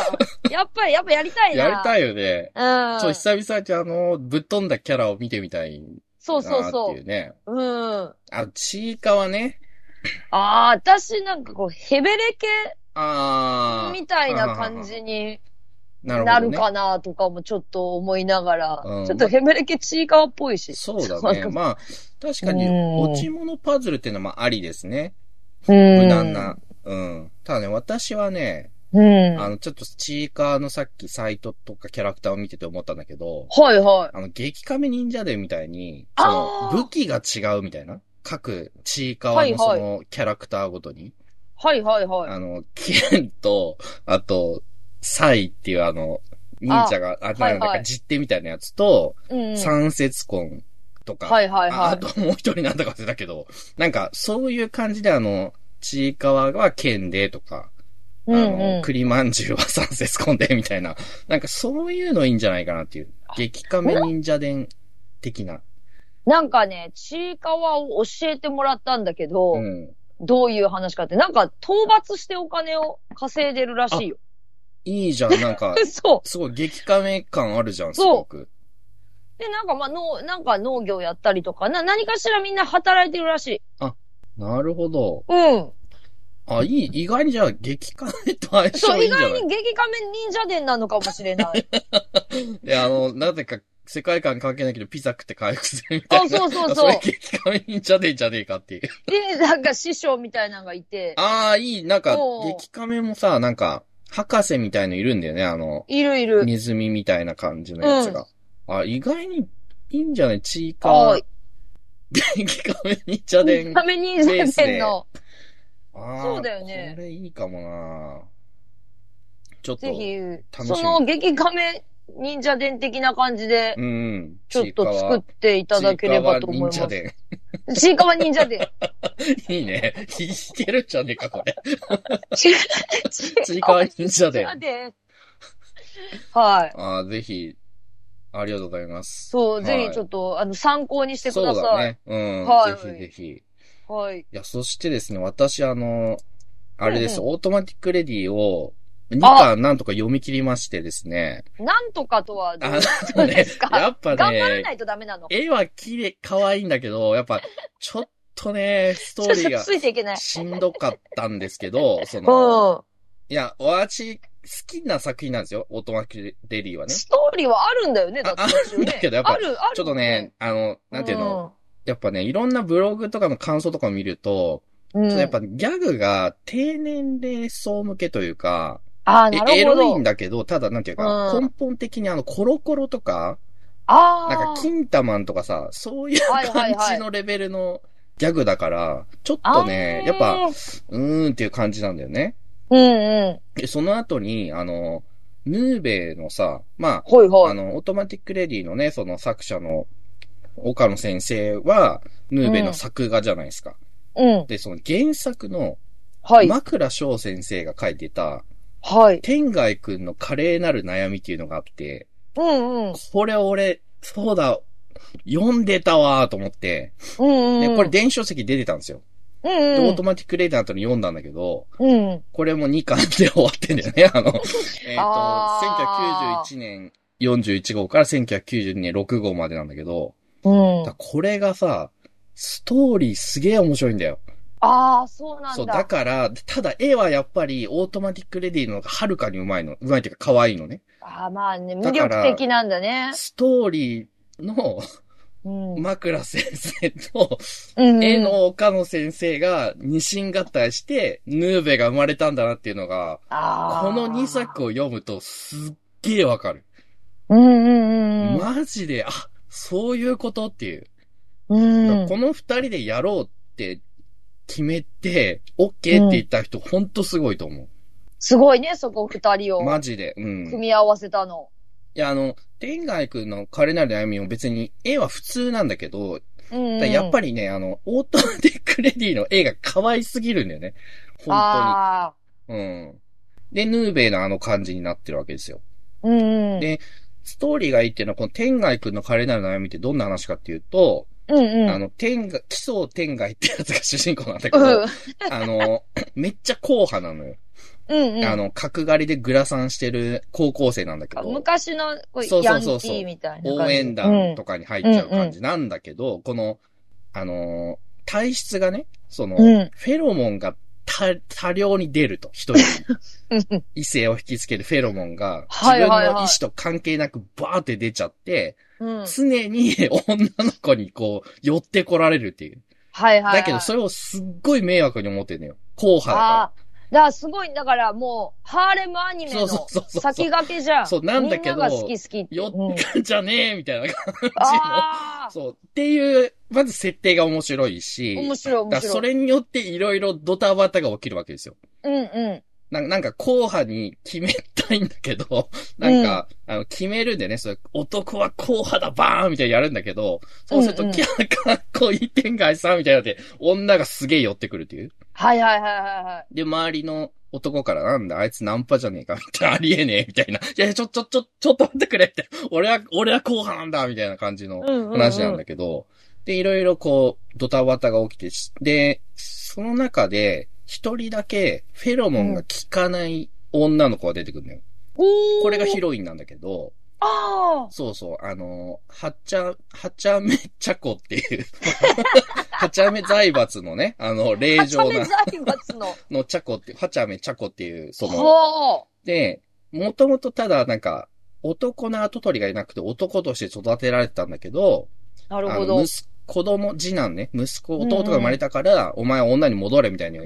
Speaker 1: やっぱり、やっぱやりたいな。
Speaker 2: やりた
Speaker 1: い。
Speaker 2: いよね。
Speaker 1: うん。
Speaker 2: ちょ、久々にあの、ぶっ飛んだキャラを見てみたい
Speaker 1: そう
Speaker 2: な
Speaker 1: そう
Speaker 2: って
Speaker 1: そ
Speaker 2: いうね。
Speaker 1: う。うん。
Speaker 2: あ、ちいかわね。
Speaker 1: ああ、私なんかこう、ヘベレ系
Speaker 2: あー。
Speaker 1: みたいな感じに
Speaker 2: なる
Speaker 1: な
Speaker 2: ほど
Speaker 1: る
Speaker 2: ね。
Speaker 1: かなとかもちょっと思いながら、
Speaker 2: うん
Speaker 1: ちょっとヘベレ系チーカーっぽいし。
Speaker 2: そう
Speaker 1: [LAUGHS]
Speaker 2: だね。まあ、確かに、
Speaker 1: うん
Speaker 2: 落ち物パズルっていうのはまあありですね。
Speaker 1: うん。
Speaker 2: 無難な。。うん。ただね、私はね、
Speaker 1: うん。
Speaker 2: あ
Speaker 1: はい
Speaker 2: の、ちょっとチーカーのさっきサイトとかキャラクターを見てて思ったんだけど、
Speaker 1: はい。
Speaker 2: あの、激カメ忍者伝みたいに、そ
Speaker 1: あー
Speaker 2: の、武器が違うみたいな。各チーカーの
Speaker 1: は
Speaker 2: そ
Speaker 1: い
Speaker 2: の、キャラクターごとに。
Speaker 1: はいはいはい。
Speaker 2: あの、剣と、あと、サイっていうあの、忍者が、あ、
Speaker 1: はい
Speaker 2: なんだ
Speaker 1: は
Speaker 2: か
Speaker 1: い
Speaker 2: 実手みたいなやつと、
Speaker 1: うん。
Speaker 2: 三節痕とか、
Speaker 1: はいはい
Speaker 2: ああ
Speaker 1: は
Speaker 2: ともう一人なんだか忘れたけど、なんか、そういう感じで、あの、ちいかわが剣でとか、
Speaker 1: い。う
Speaker 2: あ
Speaker 1: んう
Speaker 2: の、
Speaker 1: ん。
Speaker 2: 栗まんじゅうは三節コンでみたいな、なんかそういうのいいんじゃないかなっていう。激カメ忍者伝的な。
Speaker 1: なんかね、チーカーを教えてもらったんだけど、
Speaker 2: うん。
Speaker 1: どういう話かって、なんか討伐してお金を稼いでるらしいよ。、
Speaker 2: いいじゃん、なんか
Speaker 1: [LAUGHS] そ
Speaker 2: すごい激カメ感あるじゃん、す
Speaker 1: そう
Speaker 2: ごく。
Speaker 1: う。で、なんかまあ農、なんか農業やったりとか、な、何かしらみんな働いてるらしい。
Speaker 2: なるほど。
Speaker 1: うん。
Speaker 2: あ、いい、意外にじゃあ激カメと相
Speaker 1: そう、
Speaker 2: 性いい
Speaker 1: 意
Speaker 2: んじゃな
Speaker 1: 外
Speaker 2: い
Speaker 1: に激仮面忍者伝なのかもしれ
Speaker 2: [LAUGHS]
Speaker 1: ない。
Speaker 2: で、あの、なぜか世界観関係ないけどピザ食って回復するみたいな。
Speaker 1: あ、そうそう
Speaker 2: あ
Speaker 1: そう
Speaker 2: れ。激カメ忍者伝じゃねえかっていう。
Speaker 1: で、なんか師匠みたいなのがいて、
Speaker 2: ああ、いい。なんか
Speaker 1: おう、
Speaker 2: 激カメもさ、なんか、博士みたいのいるんだよね。あの、
Speaker 1: いるいる。
Speaker 2: ネズミみたいな感じのやつが。あ、意外にいいんじゃないチーカ
Speaker 1: は
Speaker 2: ー
Speaker 1: い。
Speaker 2: 激カメ忍者伝。
Speaker 1: 仮面忍者伝の。
Speaker 2: ああ
Speaker 1: そうだよね
Speaker 2: これいいかもなちょっと、
Speaker 1: ぜ
Speaker 2: う
Speaker 1: ひ、
Speaker 2: 楽しみ
Speaker 1: その激仮面忍者伝的な感じで、
Speaker 2: んうん。
Speaker 1: ちょっと作ってい
Speaker 2: い
Speaker 1: ただければと思いま
Speaker 2: 忍
Speaker 1: す。
Speaker 2: 者伝。
Speaker 1: ちいかわ忍者で。
Speaker 2: い
Speaker 1: [LAUGHS]
Speaker 2: いね。いけるんじゃねえか、これ。
Speaker 1: ち
Speaker 2: ちいかわ忍者で。
Speaker 1: で。はい。
Speaker 2: [LAUGHS] ああ、ぜひ、ありがとうございます。
Speaker 1: そう、
Speaker 2: はい
Speaker 1: ぜひちょっと、あの、参考にしてくだ
Speaker 2: そうだ
Speaker 1: さい。
Speaker 2: ね。うん。
Speaker 1: はい
Speaker 2: ぜひぜひ。
Speaker 1: はい。
Speaker 2: いや、そしてですね、私、あの、あれです、
Speaker 1: う
Speaker 2: オートマティックレディを、2巻なんとか読み切りましてですね。
Speaker 1: なんとかとはどう
Speaker 2: あ、
Speaker 1: ど
Speaker 2: の
Speaker 1: うで [LAUGHS]
Speaker 2: ね
Speaker 1: す、か
Speaker 2: やっぱ
Speaker 1: 頑張ら
Speaker 2: ね
Speaker 1: な、いとダメなの。
Speaker 2: 絵は綺麗、可愛いんだけど、やっぱ、ちょっとね、スト
Speaker 1: ちょ
Speaker 2: ー
Speaker 1: っ
Speaker 2: リ
Speaker 1: と
Speaker 2: ー
Speaker 1: [LAUGHS]
Speaker 2: が
Speaker 1: ついていけない。
Speaker 2: しんどかったんですけど、その、
Speaker 1: う
Speaker 2: いや、私、好きな作品なんですよ、オートマティックレディは
Speaker 1: ん。
Speaker 2: ね。
Speaker 1: ストーリーはあるんだよね、だ
Speaker 2: [LAUGHS]
Speaker 1: って
Speaker 2: あ
Speaker 1: 私ね
Speaker 2: あるんだけどやっぱ
Speaker 1: ある、ある。
Speaker 2: ちょっとね、、あの、なんていうの、やっぱね、いろんなブログとかの感想とかを見ると、
Speaker 1: うん、うん。
Speaker 2: やっぱギャグが低年齢層向けというか、
Speaker 1: ああ、
Speaker 2: え
Speaker 1: なるほど。
Speaker 2: エロいんだけど、ただなんていうか、
Speaker 1: うん
Speaker 2: 根本的にあの、コロコロとか、
Speaker 1: ああ。
Speaker 2: なんか、金玉とかさ、そういう
Speaker 1: はいは
Speaker 2: 感
Speaker 1: いはい
Speaker 2: じのレベルのギャグだから、ちょっとね、
Speaker 1: あー
Speaker 2: やっぱ、、うーんっていう感じなんだよね。
Speaker 1: うんうん。
Speaker 2: で、その後に、あの、ヌーベイのさ、ま
Speaker 1: ほい
Speaker 2: あ、
Speaker 1: ほ
Speaker 2: あ
Speaker 1: い。
Speaker 2: の、オートマティックレディのね、その作者の岡野先生は、ヌーベイの作画じゃないですか。
Speaker 1: うん。
Speaker 2: で、その原作の、
Speaker 1: はい。
Speaker 2: 枕翔先生が書いてた、
Speaker 1: はい。
Speaker 2: 天外くんの華麗なる悩みっていうのがあって、
Speaker 1: うんうん。
Speaker 2: これ俺、そうだ、読んでたわーと思って、
Speaker 1: うんうん。
Speaker 2: で、これ、電子書籍出てたんですよ。で、
Speaker 1: うん
Speaker 2: オ
Speaker 1: う
Speaker 2: ー
Speaker 1: ん
Speaker 2: ト。マティックレーダーの後に読んだんだけど、
Speaker 1: うんうん。
Speaker 2: これも2巻で終わってんだよね。あ [LAUGHS] の、えっ
Speaker 1: あ
Speaker 2: と、1991年41号から1992年6号までなんだけど、
Speaker 1: うん
Speaker 2: だから。これがさ、ストーリーすげえ面白いんだよ。
Speaker 1: ああ、そうな
Speaker 2: そ
Speaker 1: ん
Speaker 2: う、だ
Speaker 1: だ。
Speaker 2: から、ただ絵はやっぱりオートマティックレディの方がはるかにうまいの。うまいというか可愛いのね。
Speaker 1: ああ、まあね、
Speaker 2: だ
Speaker 1: 魅
Speaker 2: から
Speaker 1: 力的なんだね。
Speaker 2: ストーリーの
Speaker 1: うん。
Speaker 2: 枕先生と、
Speaker 1: うんうん
Speaker 2: 絵の岡野先生が二神合体して、ヌーベが生まれたんだなっていうのが、
Speaker 1: ああ。
Speaker 2: この2作を読むとすっげえわかる。
Speaker 1: うんうんうん。
Speaker 2: マジで、あ、そういうことっていう。
Speaker 1: うん。
Speaker 2: この二人でやろうって決めて、OK って言った人、ほんとすごいと思
Speaker 1: すごいね、そこ二人
Speaker 2: う。
Speaker 1: を
Speaker 2: マジで。うん。
Speaker 1: 組み合わせたの。
Speaker 2: いや、あの、天外くんの彼なる悩みも別に絵は普通なんだけど、
Speaker 1: うんうん。
Speaker 2: やっぱ
Speaker 1: り、
Speaker 2: りね、あの、オートマティックレディの絵が可愛すぎるんだよね。本
Speaker 1: ああ。
Speaker 2: 当に。うん。で、ヌーベイのあの感じになってるわけですよ。
Speaker 1: うんうん。
Speaker 2: でストーリーがいいっていうのは、この天外くんの彼なる悩みってどんな話かっていうと、
Speaker 1: うんうん。
Speaker 2: あの、天外、奇想天外ってやつが主人公なんだけど、
Speaker 1: うん、
Speaker 2: あの、 [LAUGHS] めっちゃ硬派なのよ。
Speaker 1: うんうん。
Speaker 2: あの、角刈りでグラサンしてる高校生なんだけ
Speaker 1: あ
Speaker 2: ど。
Speaker 1: 昔のこう
Speaker 2: そう
Speaker 1: ヤ
Speaker 2: そう
Speaker 1: ンキ
Speaker 2: そうそう
Speaker 1: ーみたいな感
Speaker 2: 応
Speaker 1: じ。
Speaker 2: 援団とかに入っちゃう感じなんだけど、この、あのー体質がね、その、
Speaker 1: うん
Speaker 2: フェロモンが多多量に出ると、
Speaker 1: [LAUGHS]
Speaker 2: 一人に。
Speaker 1: うんうん
Speaker 2: 異性を引きつけるフェロモンが、自
Speaker 1: はい
Speaker 2: 分の
Speaker 1: はいはい
Speaker 2: 意思と関係なくバーって出ちゃって、
Speaker 1: うん。
Speaker 2: 常に女の子にこう、寄ってこられるっていう。
Speaker 1: はいはいはい。
Speaker 2: だけど、それをすっごい迷惑に思ってるのよ。後派だ
Speaker 1: ああ
Speaker 2: か
Speaker 1: ー。だからすごい、だからもう、ハーレムアニメの
Speaker 2: そうそうそうそう
Speaker 1: 先駆けじゃん。
Speaker 2: そうなんだけど
Speaker 1: みんなが好き好きって。
Speaker 2: よっ
Speaker 1: うん
Speaker 2: ら。 [LAUGHS] じゃねえみたいな感じの。
Speaker 1: ああ。
Speaker 2: そう。っていう、まず設定が面白いし。 [LAUGHS]
Speaker 1: 面白い
Speaker 2: だ
Speaker 1: 面
Speaker 2: からそ
Speaker 1: 白い。
Speaker 2: れによっていろいろドタバタが起きるわけですよ。
Speaker 1: うんうん。
Speaker 2: なんか、なんか、後派に決めたいんだけど、 [LAUGHS] なんか、あの、決めるんでね、それ、男は後派だ、バーンみたいなやるんだけど、そうすると、
Speaker 1: うんうん
Speaker 2: キャーかっこいい天外さんみたいになって、女がすげえ寄ってくるっていう。
Speaker 1: はいはいはいはいはい。
Speaker 2: で、周りの男からなんだ、あいつナンパじゃねえか、みたいな、ありえねえ、みたいな。いやいや、ちょ、ちょ、ちょ、ちょっと待ってくれって。俺は、俺は後派なんだ、みたいな感じの。
Speaker 1: うんうん、うん。
Speaker 2: 話なんだけど、で、いろいろこう、ドタバタが起きてし、で、その中で、一人だけ、フェロモンが効かない女の子が出てくるのよ。
Speaker 1: おー
Speaker 2: これがヒロインなんだけど、
Speaker 1: あ
Speaker 2: そうそう、あの、はっちゃ、はちゃめちゃこっていう、 [LAUGHS] はちゃめ財閥のね、あの、
Speaker 1: あ。
Speaker 2: 霊場な、
Speaker 1: ハチャメ財閥の。
Speaker 2: のちゃこって、はちゃめちゃこっていう、 [LAUGHS] その、
Speaker 1: ほ
Speaker 2: で、もともとただなんか、男の跡取りがいなくて男として育てられてたんだけど、
Speaker 1: う。なる
Speaker 2: あ
Speaker 1: ほ
Speaker 2: の
Speaker 1: ど。
Speaker 2: 息子供、次男ね、息子、弟が生まれたから、お前は女に戻れみたいに、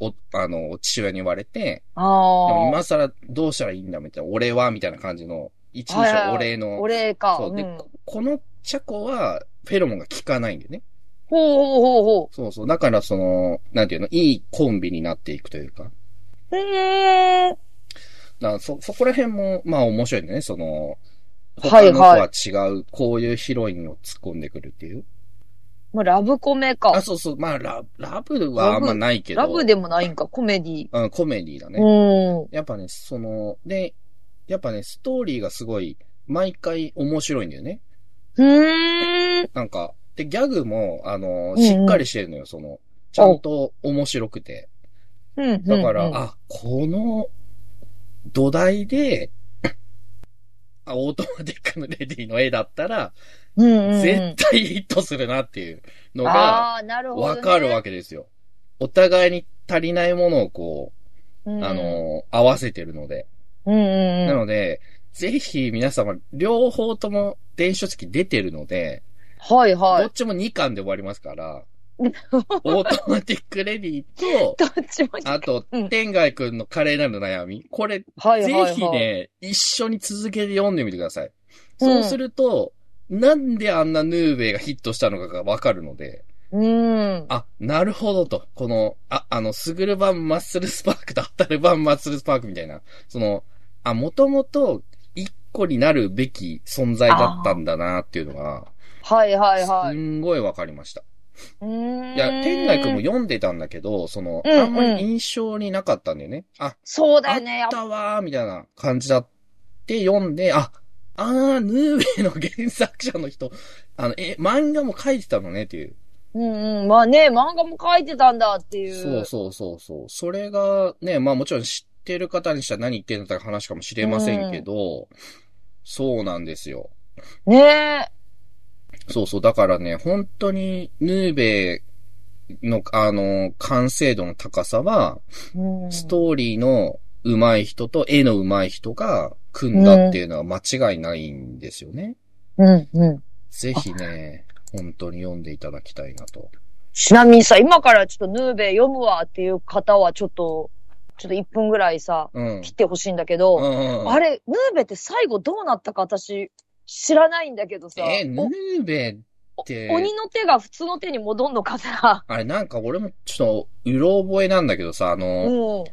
Speaker 2: お、あの、父親に言われて、でも
Speaker 1: ああ。
Speaker 2: 今更どうしたらいいんだみたいな、俺はみたいな感じの、一人
Speaker 1: はいはいは
Speaker 2: 称
Speaker 1: い
Speaker 2: お礼の、
Speaker 1: お礼か。
Speaker 2: そう、で、
Speaker 1: んほう
Speaker 2: このチャコは、フェロモンが効かないんだよね。
Speaker 1: ほうほうほ
Speaker 2: そうそう。だから、その、なんていうの、いいコンビになっていくというか。
Speaker 1: う。へえ。
Speaker 2: だからそ、そこら辺も、まあ面白いんだよね、その、
Speaker 1: は
Speaker 2: 他
Speaker 1: い
Speaker 2: の子
Speaker 1: はい
Speaker 2: は違う、こういうヒロインを突っ込んでくるっていう。
Speaker 1: まあ、ラブコメか
Speaker 2: あ、。そうそう。まあ、ララブはあんまないけど。
Speaker 1: ラブでもないんか、コメディ。
Speaker 2: うん、コメディだね。
Speaker 1: うん。
Speaker 2: やっぱね、その、で、やっぱね、ストーリーがすごい、毎回面白いんだよね。
Speaker 1: うーん。
Speaker 2: なんか、で、ギャグも、あの
Speaker 1: う、ん
Speaker 2: しっかりしてるのよ、その、ちゃんと面白くて。
Speaker 1: うん。
Speaker 2: だから、
Speaker 1: うん、
Speaker 2: あ、この土台で、あオートマティックのレディの絵だったら、
Speaker 1: うんうんうん
Speaker 2: 絶対ヒットするなっていうのが、
Speaker 1: ああー、なるほど、ね。
Speaker 2: わかるわけですよ。お互いに足りないものをこ
Speaker 1: う
Speaker 2: う、
Speaker 1: ん
Speaker 2: あ、の、合わせてるので。
Speaker 1: うんうん
Speaker 2: な
Speaker 1: うん。
Speaker 2: ので、ぜひ皆様、両方とも電子書籍出てるので、
Speaker 1: はいは
Speaker 2: ど
Speaker 1: い
Speaker 2: っ。ちも2巻で終わります
Speaker 1: [LAUGHS]
Speaker 2: から、オートマティックレディと、
Speaker 1: どっちも。
Speaker 2: あと
Speaker 1: う、ん
Speaker 2: 天外くんの華麗なる悩み。これ、
Speaker 1: はいはいはい。
Speaker 2: ぜひ。ね、一緒に続けて読んでみてください。
Speaker 1: うん
Speaker 2: そうすると、なんであんなヌーベイがヒットしたのかがわかるので、
Speaker 1: うん。
Speaker 2: あ、なるほどと。この、あ、あの、スグル版マッスルスパークと当たる版マッスルスパークみたいな、その、あ、もともと一個になるべき存在だったんだなっていうのが、
Speaker 1: はいはいは
Speaker 2: す
Speaker 1: い。
Speaker 2: んごいわかりました。
Speaker 1: うーん。
Speaker 2: いや、天外くんも読んでたんだけど、その、
Speaker 1: うんうん
Speaker 2: あんまり印象になかったんだよね。あ、
Speaker 1: そうだよね。
Speaker 2: あ
Speaker 1: や
Speaker 2: っ
Speaker 1: った
Speaker 2: わー、みたいな感じだって読んで、あ、あー、ヌーベイの原作者の人、あの、え、漫画も書いてたのねっていう。
Speaker 1: うんうん。まあね、漫画も書いてたんだっていう。
Speaker 2: そうそうそうそう。それが、ね、まあもちろん知ってる方にしたら何言ってんだったか話かもしれませんけど、そうなんですよ。
Speaker 1: ねえ。
Speaker 2: そうそう。だからね、本当に、ヌーベイの、あの、完成度の高さは、
Speaker 1: うん
Speaker 2: ストーリーの上手い人と絵の上手い人が組んだっていうのは間違いないんですよね。
Speaker 1: うんうん。
Speaker 2: ぜひね、本当に読んでいただきたいなと。
Speaker 1: ちなみにさ、今からちょっとヌーベイ読むわっていう方はちょっと、ちょっと1分ぐらいさ、
Speaker 2: うん。
Speaker 1: 切ってほしいんだけど、あ
Speaker 2: あ
Speaker 1: れ、ヌーベって最後どうなったか私、知らないんだけどさ。
Speaker 2: え、ヌーベって、
Speaker 1: お鬼の手が普通の手に戻んのか
Speaker 2: [LAUGHS]
Speaker 1: な。
Speaker 2: あれなんか俺もちょっと、うろ覚えなんだけどさ、あ
Speaker 1: う
Speaker 2: の、
Speaker 1: ん。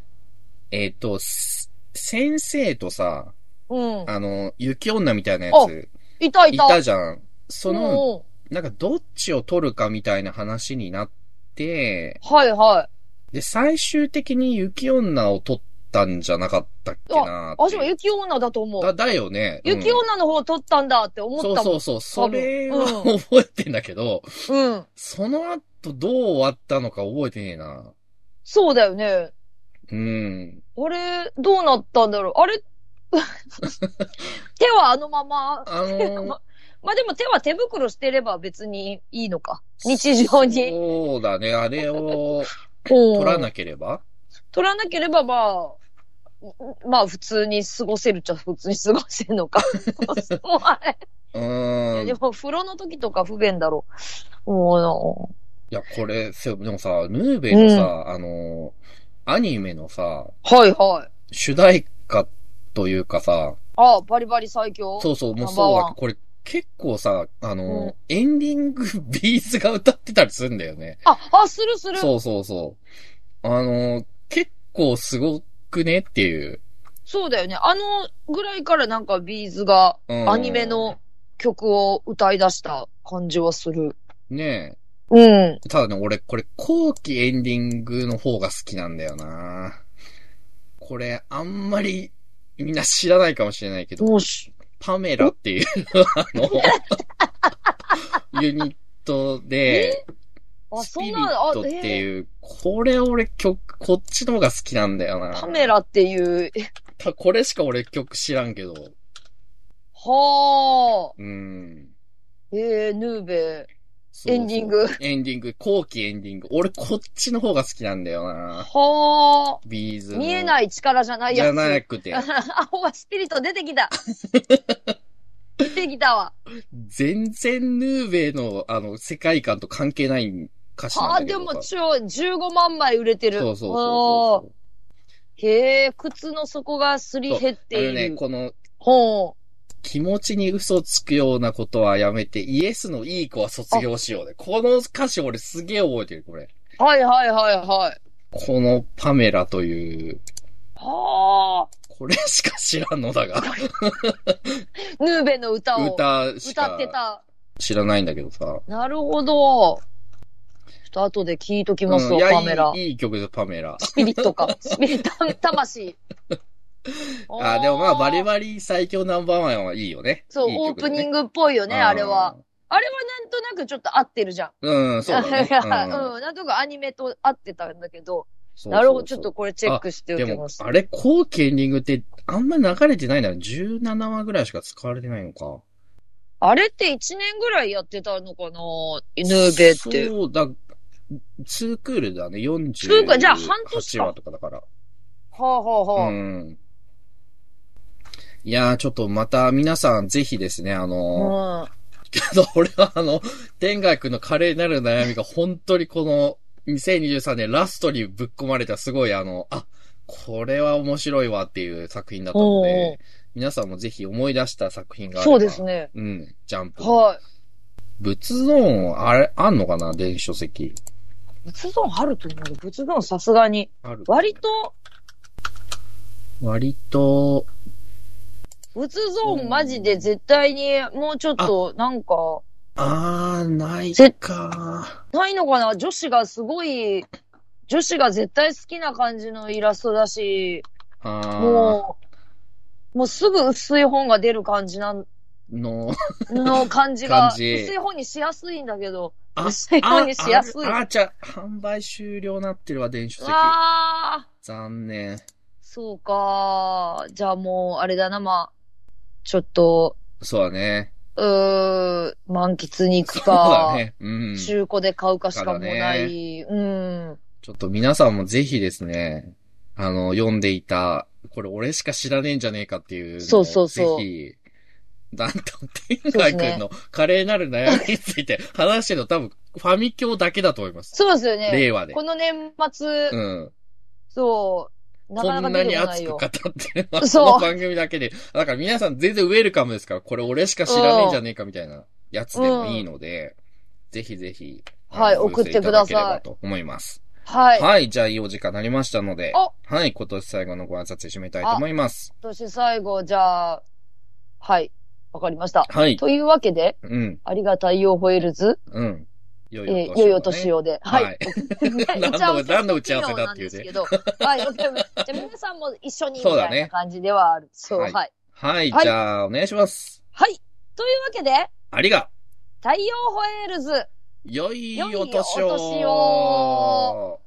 Speaker 2: えっ、と、す先生とさ、
Speaker 1: うん。
Speaker 2: あの、雪女みたいなやつ、
Speaker 1: いたい
Speaker 2: い
Speaker 1: た。
Speaker 2: たじゃん。その、
Speaker 1: うんうん
Speaker 2: なんかどっちを取るかみたいな話になって、
Speaker 1: はいはい。
Speaker 2: で、最終的に雪女を取ったんじゃなかったっけなって
Speaker 1: 私も雪女だと思
Speaker 2: だ
Speaker 1: う。
Speaker 2: だよね。うん
Speaker 1: 雪女の方を取ったんだって思った
Speaker 2: そ
Speaker 1: も。
Speaker 2: うんそうそう。それは
Speaker 1: 多分
Speaker 2: 覚えてんだけど、
Speaker 1: うん。
Speaker 2: その後どう終わったのか覚えてねえな。
Speaker 1: そうだよね。
Speaker 2: うん。
Speaker 1: あれ、どうなったんだろう。あれ [LAUGHS] 手はあのまま。
Speaker 2: あ
Speaker 1: ま
Speaker 2: の
Speaker 1: まあでも手は手袋してれば別にいいのか。日常に。
Speaker 2: そうだね。あれを取
Speaker 1: 取
Speaker 2: らなければ。
Speaker 1: 取らなければまあ、うまあ普通に過ごせるっちゃ普通に過ごせるのか。もうあれ
Speaker 2: うーん。
Speaker 1: [LAUGHS] で
Speaker 2: い
Speaker 1: も風呂の時とか不便だろう。も
Speaker 2: や、これ、せでもさ、ヌーベイのさ、あの、アニメのさ、
Speaker 1: うなはいはい。
Speaker 2: 主題歌というかさ、
Speaker 1: ああ、バリバリ最強。
Speaker 2: そうそう、も
Speaker 1: ナン
Speaker 2: う
Speaker 1: バー
Speaker 2: そう
Speaker 1: ワン
Speaker 2: だけどこれ結構さ、あの、
Speaker 1: うん
Speaker 2: エンディングビーズが歌ってたりするんだよね。
Speaker 1: あ、あ、するする。そう
Speaker 2: そうそうそう。あの、結構すごくねっていう。
Speaker 1: だよね。あのぐらいからなんかビーズが
Speaker 2: うん
Speaker 1: アニメの曲を歌い出した感じはする。
Speaker 2: ね
Speaker 1: うん。
Speaker 2: え。ただね、俺、これ、後期エンディングの方が好きなんだよなこれ、あんまり、みんな知らないかもしれないけど、
Speaker 1: もうし、
Speaker 2: パメラっていう、 [LAUGHS] あの、ユニットで、
Speaker 1: あ、
Speaker 2: ス
Speaker 1: そ
Speaker 2: ピ
Speaker 1: ん
Speaker 2: リ
Speaker 1: なの、あ
Speaker 2: ッ、トって
Speaker 1: えー
Speaker 2: いう、これ俺曲、こっちの方が好きなんだよな
Speaker 1: カメラっていう、え
Speaker 2: たこれしか俺曲知らんけど、
Speaker 1: はあ、
Speaker 2: うん。
Speaker 1: えー、ヌーベ
Speaker 2: そうそう
Speaker 1: エンディング。
Speaker 2: エンディング、後期エンディング。俺、こっちの方が好きなんだよな
Speaker 1: はあ。
Speaker 2: ビーズの。
Speaker 1: 見え
Speaker 2: い
Speaker 1: ない力じゃない
Speaker 2: じ
Speaker 1: やつ。
Speaker 2: ゃなくて、
Speaker 1: あ、ほら、スピリット出て
Speaker 2: [LAUGHS]
Speaker 1: きた。出てきたわ。
Speaker 2: 全然ヌーベイの、あの、世界観と関係ない歌詞
Speaker 1: あ
Speaker 2: な
Speaker 1: あ、
Speaker 2: ん
Speaker 1: で
Speaker 2: だけど。
Speaker 1: も、ちょ、15万枚売れてる。。
Speaker 2: そうそうそう
Speaker 1: へえ、靴の底がすり減っ
Speaker 2: うそう。あ
Speaker 1: て
Speaker 2: の
Speaker 1: い
Speaker 2: ね、
Speaker 1: る。
Speaker 2: この、
Speaker 1: ほ
Speaker 2: 気持ちに嘘つくようなことはやめて、イエスのいい子は卒業しようで。この歌詞俺すげえ覚えてる、これ。
Speaker 1: う。はいはいはいはい。
Speaker 2: このパメラという、
Speaker 1: は
Speaker 2: これしか知らんのだが、
Speaker 1: あ。ヌーベの歌を
Speaker 2: 歌し
Speaker 1: 歌
Speaker 2: か
Speaker 1: ってた。
Speaker 2: 知らないんだけどさ。
Speaker 1: なるほど。ちょっと後で聞いとき
Speaker 2: う
Speaker 1: ま
Speaker 2: ん
Speaker 1: すわ、
Speaker 2: いや
Speaker 1: パメラ。
Speaker 2: いいいい曲です、パメラ。
Speaker 1: スピリットか。スピリット、魂。
Speaker 2: [LAUGHS] あ、でもまあ、バリ
Speaker 1: リ。
Speaker 2: バリ最強ナンバーワンはいいよね。
Speaker 1: そう、
Speaker 2: いい
Speaker 1: オー
Speaker 2: 曲
Speaker 1: プ
Speaker 2: だね
Speaker 1: ニングっぽいよね、あれは。。あれはなんとなくちょっと合ってるじゃん。
Speaker 2: うん、うんそうだね。
Speaker 1: [LAUGHS]
Speaker 2: うん
Speaker 1: うん、なんとかアニメと合ってたんだけど、
Speaker 2: そうそうそう
Speaker 1: なるほど、ちょっとこれチェックしてお
Speaker 2: で
Speaker 1: き
Speaker 2: も
Speaker 1: ま、す。
Speaker 2: あれ、後継エンディングって、あんまり流れてないなら、17話ぐらいしか使われてないのか。
Speaker 1: あれって1年ぐらいやってたのかなヌーベって。
Speaker 2: そうだ、ツークールだね、40。
Speaker 1: ツークールじゃあ半年か
Speaker 2: 話とかだから。
Speaker 1: はあはあはあ。
Speaker 2: うん。いやー、ちょっとまた皆さんぜひですね、あの
Speaker 1: うん
Speaker 2: ー、けど [LAUGHS] 俺はあの、天外君の華麗なる悩みが本当にこの、2023年ラストにぶっ込まれたすごいあの、あ、これは面白いわっていう作品だったの
Speaker 1: おうおう
Speaker 2: で、皆さんもぜひ思い出した作品があれば。
Speaker 1: そうですね。
Speaker 2: うん、ジャンプ。
Speaker 1: は
Speaker 2: 仏像、あれ、あんのかな電子書籍。
Speaker 1: い。仏像あると思うよ仏像さすがに。
Speaker 2: ある。
Speaker 1: 割と、
Speaker 2: 割と、
Speaker 1: 仏像マジで絶対にもうちょっとなんか、
Speaker 2: あー、ない
Speaker 1: せ
Speaker 2: か。
Speaker 1: ないのかな女子がすごい、女子が絶対好きな感じのイラストだし、
Speaker 2: あ
Speaker 1: もう、もうすぐ薄い本が出る感じなん、
Speaker 2: ー、の、
Speaker 1: の感じが、
Speaker 2: 感じ
Speaker 1: 薄い本にしやすいんだけど、
Speaker 2: あ
Speaker 1: 薄い本にしやすい。
Speaker 2: あ、あ
Speaker 1: あ
Speaker 2: あじゃあ、販売終了なってるわ、電子書籍。
Speaker 1: あー、
Speaker 2: 残念。
Speaker 1: そうか。じゃあもう、あれだな、まあ、ちょっと、
Speaker 2: そうだね。
Speaker 1: うー、満喫に行く
Speaker 2: そうだ
Speaker 1: か、
Speaker 2: ね。うん。ち
Speaker 1: 中古で買うかしかもうな
Speaker 2: だ
Speaker 1: い。うん。
Speaker 2: ょっと皆さんもぜひですね、あの、読んでいた、これ俺しか知らねえんじゃねえかっていうのを。
Speaker 1: そうそうそう
Speaker 2: ぜひ、なんと、天海くんの華麗なる悩みに
Speaker 1: [LAUGHS]
Speaker 2: ついて話してるの多分、ファミ教だけだと思います。
Speaker 1: そうですよね。
Speaker 2: 令和で
Speaker 1: こ。の年末、
Speaker 2: うん。
Speaker 1: そう、なかな
Speaker 2: こ
Speaker 1: か
Speaker 2: んな
Speaker 1: 出
Speaker 2: に
Speaker 1: てこな
Speaker 2: 熱
Speaker 1: い
Speaker 2: く
Speaker 1: よ
Speaker 2: 語。ってるのは
Speaker 1: そう
Speaker 2: この番組だけで。だから皆さん全然ウェルカムですから、これ俺しか知らねえんじゃねえかみたいなやつでもいいので、ぜひぜひ、
Speaker 1: はい
Speaker 2: あの
Speaker 1: 送ってください
Speaker 2: お寄せたければと思います。
Speaker 1: はい。今
Speaker 2: はい、じゃあいいお時間になりましたので
Speaker 1: お、
Speaker 2: はい、今年最後のご挨拶締めたいと思います。
Speaker 1: 年最後、じゃあ、はい。わかりました。
Speaker 2: はい、
Speaker 1: というわけで、
Speaker 2: うん、
Speaker 1: ありがたいよホエールズ、
Speaker 2: うん。よ
Speaker 1: えー、よいよ年
Speaker 2: を。
Speaker 1: をで。は。
Speaker 2: はい
Speaker 1: [LAUGHS]
Speaker 2: い。
Speaker 1: 何
Speaker 2: 何の何の打ち合わせだっていうね
Speaker 1: はい。わかりましたじゃあ皆さんも一緒にみ
Speaker 2: そう
Speaker 1: た
Speaker 2: だ
Speaker 1: い
Speaker 2: ね
Speaker 1: な感じではある。そう、は、
Speaker 2: はいい
Speaker 1: はい。
Speaker 2: はい、
Speaker 1: はい
Speaker 2: じゃあお願いします。
Speaker 1: というわけで、
Speaker 2: ありが、
Speaker 1: 太陽ホエールズ、
Speaker 2: 良い
Speaker 1: 良い
Speaker 2: お年
Speaker 1: お年
Speaker 2: を。